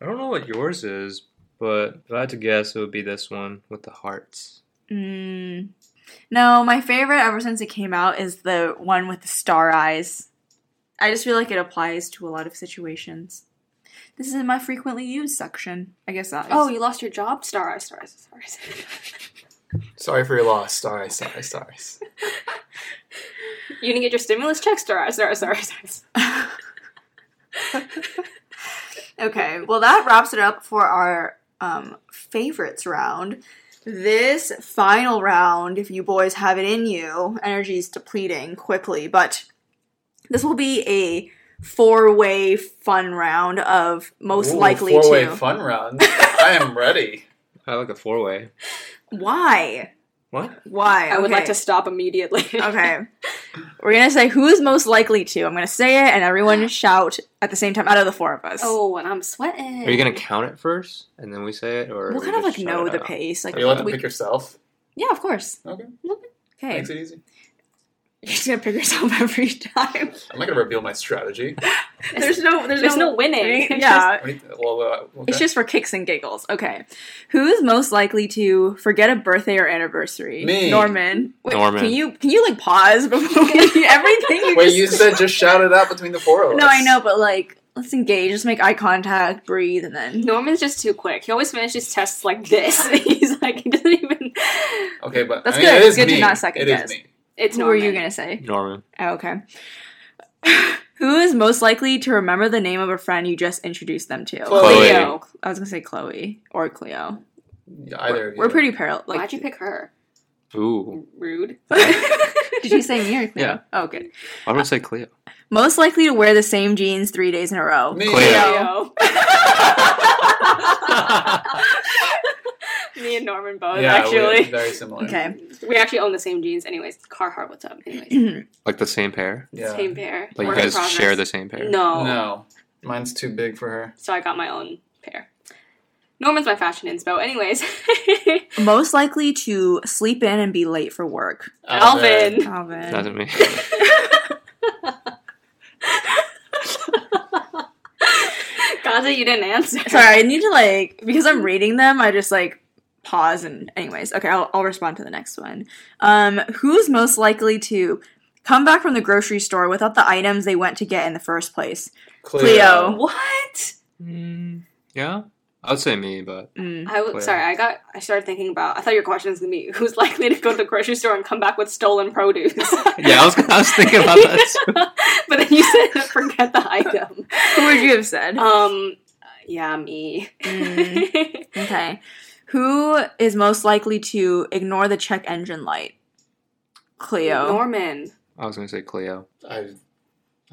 S3: I don't know what yours is, but if I had to guess, it would be this one with the hearts.
S1: Mm. No, my favorite ever since it came out is the one with the star eyes. I just feel like it applies to a lot of situations. This is in my frequently used section. I guess that is.
S2: Oh, you lost your job? Star eyes, star eyes, star eyes.
S4: Sorry for your loss. Sorry, sorry, sorry.
S2: you didn't get your stimulus check? Star eyes, star eyes, star eyes, star eyes.
S1: Okay, well, that wraps it up for our um, favorites round. This final round, if you boys have it in you, energy is depleting quickly, but this will be a four way fun round of most
S4: Ooh,
S1: likely
S4: four-way
S1: to.
S4: fun round. I am ready.
S3: I like a four way.
S1: Why?
S3: What?
S1: Why?
S2: I would
S1: Okay.
S2: like to stop immediately.
S1: okay. We're going to say who is most likely to. I'm going to say it and everyone shout at the same time out of the four of us.
S2: Oh, and I'm sweating.
S3: Are you gonna count it first and then we say it, or
S1: we'll
S3: we
S1: kind of
S3: just
S1: like
S3: shout
S1: know
S3: it
S1: the
S3: out?
S1: pace. Like,
S4: Are you allowed to
S1: we-
S4: pick yourself?
S1: yeah, of course.
S4: Okay,
S1: Okay.
S4: makes it easy.
S1: You're just gonna pick yourself every time.
S4: I'm not gonna reveal my strategy.
S1: There's no, there's,
S2: There's no winning.
S1: Right? Yeah,
S4: What do you- Well, uh, okay.
S1: it's just for kicks and giggles. Okay, who's most likely to forget a birthday or anniversary?
S4: Me.
S1: Norman. Wait,
S3: Norman.
S1: Can you can you like pause before we, everything? You
S4: Wait,
S1: just,
S4: you said just shout it out between the four of us.
S1: No, I know, but like, let's engage. Just make eye contact, breathe, and then.
S2: Norman's just too quick. He always finishes tests like this. He's like, he doesn't even.
S4: Okay, but
S1: That's
S4: I mean,
S1: good. It's
S4: It is
S1: good to
S4: me.
S1: not second
S4: It is
S1: guess.
S4: me.
S2: It's
S1: Who are
S2: Norman.
S1: you gonna say?
S3: Norman.
S1: Oh, okay. Oh, Who is most likely to remember the name of a friend you just introduced them to?
S4: Chloe.
S1: Cleo. I was gonna say Chloe or Cleo.
S4: Yeah, either of you.
S1: We're pretty parallel. Like,
S2: Why'd you pick her?
S3: Ooh,
S2: Rude.
S1: Did you say me or Cleo?
S3: Yeah.
S1: Oh, good.
S3: I would say Cleo.
S1: Most likely to wear the same jeans three days in a row.
S4: Me.
S1: Cleo.
S2: Me and Norman both
S4: yeah,
S2: actually.
S4: we're very similar.
S1: okay.
S2: We actually own the same jeans, anyways. Carhartt, what's up? Anyways,
S3: Like the same pair?
S4: Yeah.
S2: same pair.
S3: Like
S2: Work
S3: you
S2: in
S3: guys
S2: progress.
S3: share the same pair?
S2: No.
S4: No, mine's too big for her.
S2: So I got my own pair. Norman's my fashion inspo. Anyways,
S1: Most likely to sleep in and be late for work.
S2: Alvin.
S1: Calvin.
S3: Doesn't mean.
S2: Gaza, you didn't answer.
S1: Sorry, I need to like because I'm reading them. I just like pause and anyways. Okay, I'll, I'll respond to the next one. Um, who's most likely to come back from the grocery store without the items they went to get in the first place? Cleo.
S2: What?
S3: Mm, yeah, I'd say me, but
S1: Mm.
S2: I w-
S3: Cleo.
S2: sorry. I got. I started thinking about. I thought your question was gonna be who's likely to go to the grocery store and come back with stolen produce.
S3: yeah, I was I was thinking about that. too.
S2: but then you said forget the item.
S1: Who would you have said?
S2: Um. Yeah, me.
S1: Mm. Okay, who is most likely to ignore the check engine light? Cleo.
S2: Norman.
S3: I was gonna say Cleo.
S4: I,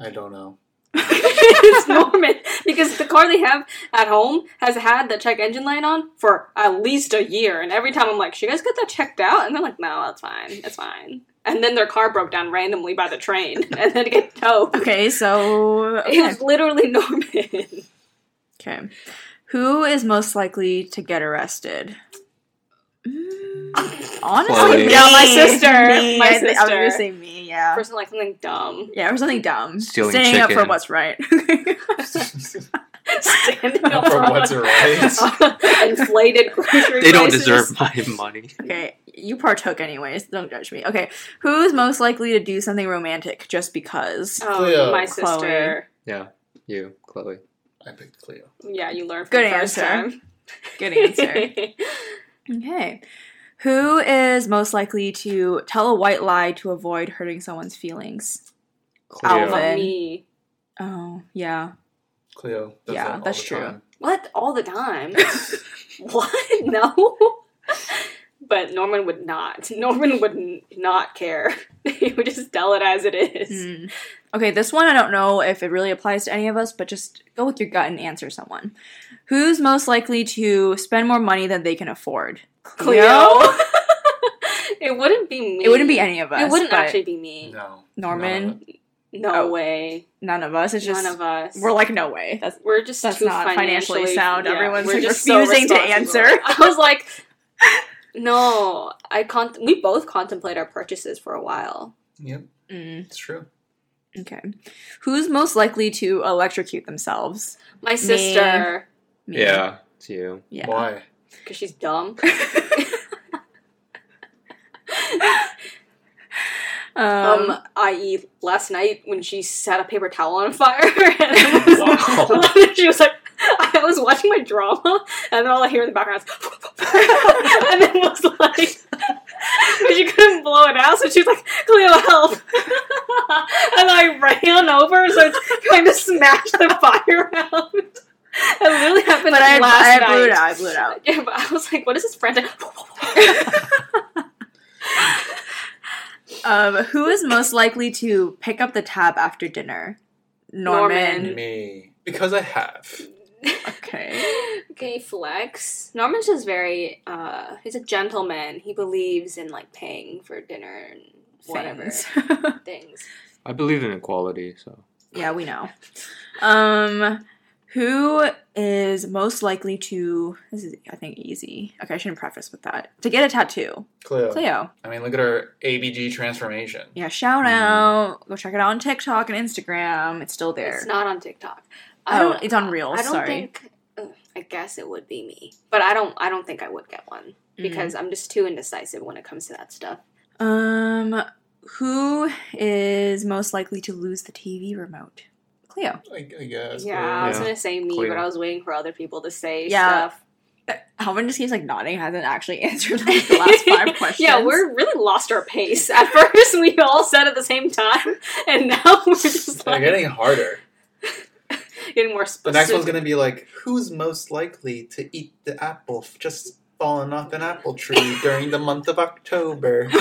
S4: I don't know.
S2: it's Norman because the car they have at home has had the check engine light on for at least a year, and every time I'm like, "Should you guys get that checked out?" and they're like, "No, that's fine, it's fine." And then their car broke down randomly by the train, and then it get towed.
S1: okay, so
S2: It
S1: okay.
S2: was literally Norman.
S1: okay, who is most likely to get arrested? Mm, Honestly,
S3: Chloe.
S1: me.
S2: Yeah, my sister.
S1: Me.
S2: My
S1: I thi- I was
S2: sister.
S1: gonna say me. Yeah.
S2: Person like something dumb,
S1: Yeah, or something dumb.
S3: Stealing
S1: Standing up for
S3: chicken.
S1: what's right.
S2: standing up
S4: From what's right.
S2: inflated grocery.
S3: They don't
S2: prices.
S3: deserve my money.
S1: okay, you partook anyways. Don't judge me. Okay, who's most likely to do something romantic just because?
S2: Oh,
S4: Cleo.
S2: my sister.
S3: Yeah, you, Chloe.
S4: I picked Cleo.
S2: Yeah, you learned. From
S1: Good
S2: the first
S1: answer.
S2: Time.
S1: Good answer. okay. Who is most likely to tell a white lie to avoid hurting someone's feelings?
S3: Cleo.
S1: Alvin.
S2: Me.
S1: Oh, yeah.
S4: Cleo. does
S1: Yeah,
S4: that all
S1: that's
S4: the
S1: true.
S4: time.
S2: What? All the time? what? No. But Norman would not. Norman would n- not care. he would just tell it as it is.
S1: Hmm. Okay, this one I don't know if it really applies to any of us, but just go with your gut and answer someone. Who's most likely to spend more money than they can afford?
S2: Cleo. it wouldn't be me.
S1: It wouldn't be any of us.
S2: It wouldn't
S1: but
S2: actually be me. No,
S4: No.
S1: Norman.
S4: none of it.
S1: Oh.
S2: way.
S1: None of us. It's just
S2: None of us.
S1: we're like no way. That's
S2: We're just
S1: That's
S2: too
S1: not financially
S2: financially
S1: sound. Everyone's,
S2: we're
S1: like,
S2: just so
S1: refusing to
S2: responsible.
S1: answer.
S2: I was like, no. I con- We both contemplate our purchases for a while.
S4: Yep, it's true.
S1: Mm, okay. Who's most likely to electrocute themselves?
S2: My sister.
S1: Me.
S3: Yeah, it's you.
S1: Yeah.
S4: Why?
S2: Because she's dumb.
S1: Um,
S2: Um, i.e., last night when she set a paper towel on fire. And I was like, she was like, I was watching my drama, and then all I hear in the background is, and then was like, but she couldn't blow it out, so she was like, Cleo, help. and I ran over, so it's trying to smash the fire out. It really happened
S1: but I,
S2: last
S1: I
S2: night.
S1: blew it out. I blew it out.
S2: Yeah, but I was like, what is this frantic?
S1: Um, who is most likely to pick up the tab after dinner? Norman.
S2: Norman.
S4: Me. Because I have.
S1: Okay.
S2: okay, flex. Norman's just very uh he's a gentleman. He believes in like paying for dinner and whatever
S1: Things.
S2: things.
S3: I believe in equality, so
S1: yeah, we know. Um, who is most likely to? This is, I think, easy. Okay, I shouldn't preface with that. To get a tattoo,
S4: Cleo.
S1: Cleo.
S4: I mean, look at her ABG transformation.
S1: Yeah, shout
S2: Mm-hmm.
S1: out. Go check it out on TikTok and Instagram. It's still there.
S2: It's not on TikTok.
S1: Oh, it's on Reels,
S2: I don't
S1: sorry.
S2: think ugh, I guess it would be me. But I don't I don't think I would get one
S1: Mm-hmm.
S2: because I'm just too indecisive when it comes to that stuff.
S1: um, who is most likely to lose the TV remote? Cleo.
S4: I, I guess.
S2: yeah, I was
S3: Yeah.
S2: gonna say me,
S3: Clear.
S2: but I was waiting for other people to say
S1: Yeah.
S2: stuff.
S1: Alvin just keeps like nodding, hasn't actually answered like the last five questions.
S2: yeah, we're really lost our pace. At first, we all said at the same time, and now we're just
S4: They're
S2: like
S4: getting harder.
S2: getting more
S4: The
S2: specific.
S4: next one's gonna be like, who's most likely to eat the apple f- just fallen off an apple tree during the month of October?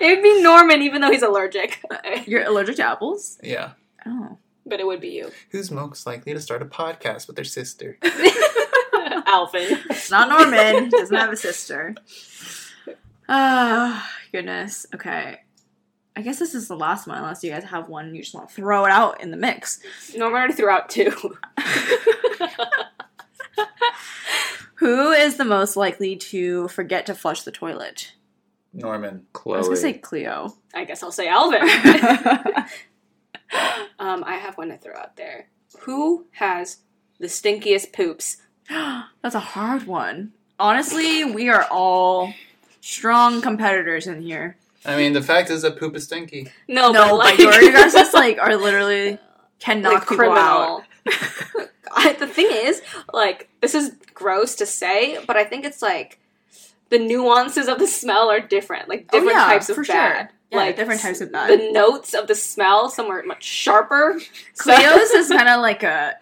S2: It'd be Norman, even though he's allergic.
S1: You're allergic to apples?
S4: Yeah.
S1: Oh.
S2: but it would be you,
S4: Who's most likely to start a podcast with their sister?
S2: Alvin.
S1: It's not Norman. doesn't have a sister. Oh, goodness. Okay. I guess this is the last one, unless you guys have one you just want to throw it out in the mix.
S2: Norman already threw out two.
S1: Who is the most likely to forget to flush the toilet?
S4: Norman.
S1: I
S3: Chloe.
S1: was gonna say Cleo.
S2: I guess I'll say Alvin.
S1: I
S2: um, I have one to throw out there. Who has the stinkiest poops?
S1: That's a hard one. Honestly, we are all strong competitors in here.
S4: I mean, the fact is that poop is stinky.
S2: No,
S1: no,
S2: Oh, but
S1: like
S2: like,
S1: Georgia Garces like are literally can knock
S2: like
S1: people out. Oh,
S2: criminal. I- the thing is, like, this is gross to say, but I think it's like the nuances of the smell are different. Like
S1: Oh,
S2: different
S1: yeah,
S2: types of
S1: for sure.
S2: bad.
S1: Yeah,
S2: like
S1: different types of bad.
S2: The notes of the smell some are much sharper. So-
S1: Cleo's is kind of like a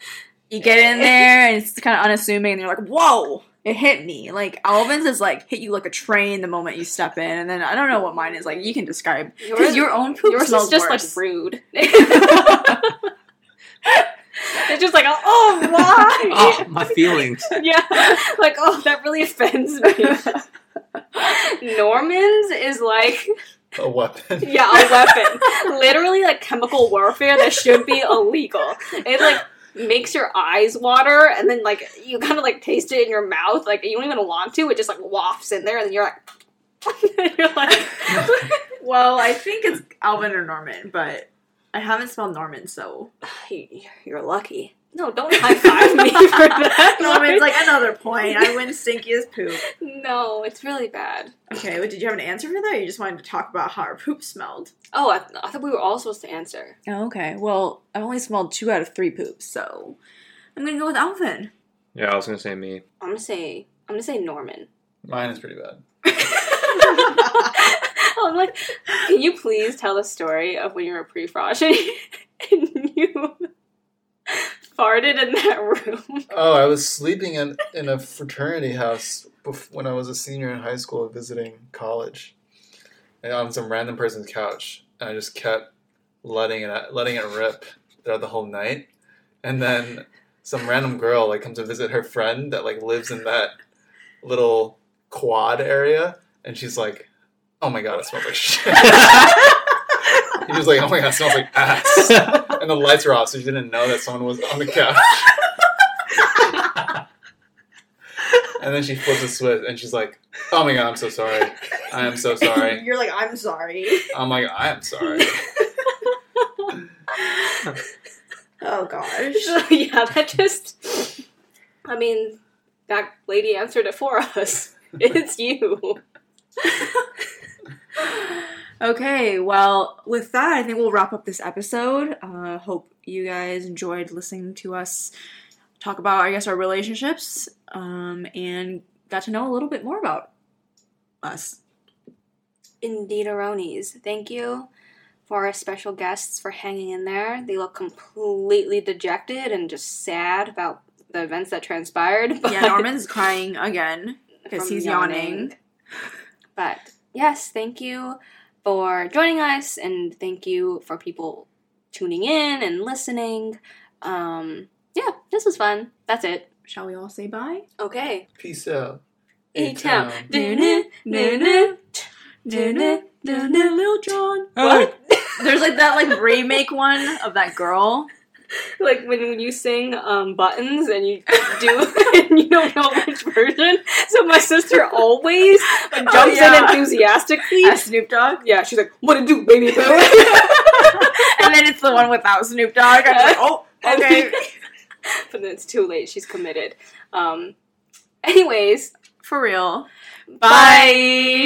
S1: you get in there and it's kind of unassuming, and you're like, whoa, it hit me. Like Alvin's is like hit you like a train the moment you step in, and then I don't know what mine is like. You can describe because
S2: Yours-
S1: your own poop
S2: yours
S1: smells
S2: is just
S1: worse.
S2: like rude. it's just like, oh, why?
S3: Oh, my feelings.
S2: yeah. Like, oh, that really offends me. Norman's is like,
S4: A weapon.
S2: yeah, a weapon. Literally, like chemical warfare that should be illegal. It like makes your eyes water, and then like you kind of like taste it in your mouth. Like you don't even want to. It just like wafts in there, and then you're like, you're like,
S1: well, I think it's Alvin or Norman, but I haven't smelled Norman, so
S2: "You- you're lucky. No, don't high five me for that.
S1: Norman's like another point. I win stinkiest poop.
S2: no, it's really bad.
S1: Okay, but did you have an answer for that? Or you just wanted to talk about how our poop smelled.
S2: Oh, I, I thought we were all supposed to answer.
S1: Oh, okay. Well, I've only smelled two out of three poops, so I'm gonna go with Alvin.
S3: Yeah, I was gonna say me.
S2: I'm gonna say, I'm gonna say Norman.
S4: Mine is pretty bad.
S2: I'm like, can you please tell the story of when you were pre-frosh and, and you farted in that room?
S4: Oh, I was sleeping in, in a fraternity house bef- when I was a senior in high school visiting college, and on some random person's couch, and I just kept letting it letting it rip throughout the whole night, and then some random girl like comes to visit her friend that like lives in that little quad area, and she's like, "Oh my god, it smells like shit." He was like, "Oh my god, it smells like ass," and the lights were off, so she didn't know that someone was on the couch. And then she flips a switch and she's like, Oh my god, I'm so sorry. I am so sorry.
S1: You're like, I'm sorry.
S4: I'm like, I am sorry.
S1: Oh gosh.
S2: So yeah, that just. I mean, that lady answered it for us. It's you.
S1: okay, well, with that, I think we'll wrap up this episode. Uh, hope you guys enjoyed listening to us talk about, I guess, our relationships um, and got to know a little bit more about us.
S2: Indeederonis. Thank you for our special guests for hanging in there. They look completely dejected and just sad about the events that transpired. but-
S1: Yeah, Norman's crying again because
S2: from
S1: he's yawning.
S2: But yes, thank you for joining us, and thank you for people tuning in and listening. Um, yeah, this was fun. That's it.
S1: Shall we all say bye?
S2: Okay.
S4: Peace out.
S2: E town.
S1: Do-do, do-do, do-do, do-do, Lil Jon.
S3: What?
S1: There's like that like remake one of that girl.
S2: Like when, when you sing um, buttons and you do and you don't know which version. So my sister always jumps
S1: Oh, yeah.
S2: in enthusiastically.
S1: As Snoop Dogg.
S2: yeah, she's like, "What to do, baby?"
S1: and then it's the one without Snoop Dogg. I'm like, oh, okay.
S2: but then it's too late. She's committed. Um, anyways,
S1: For real.
S2: Bye.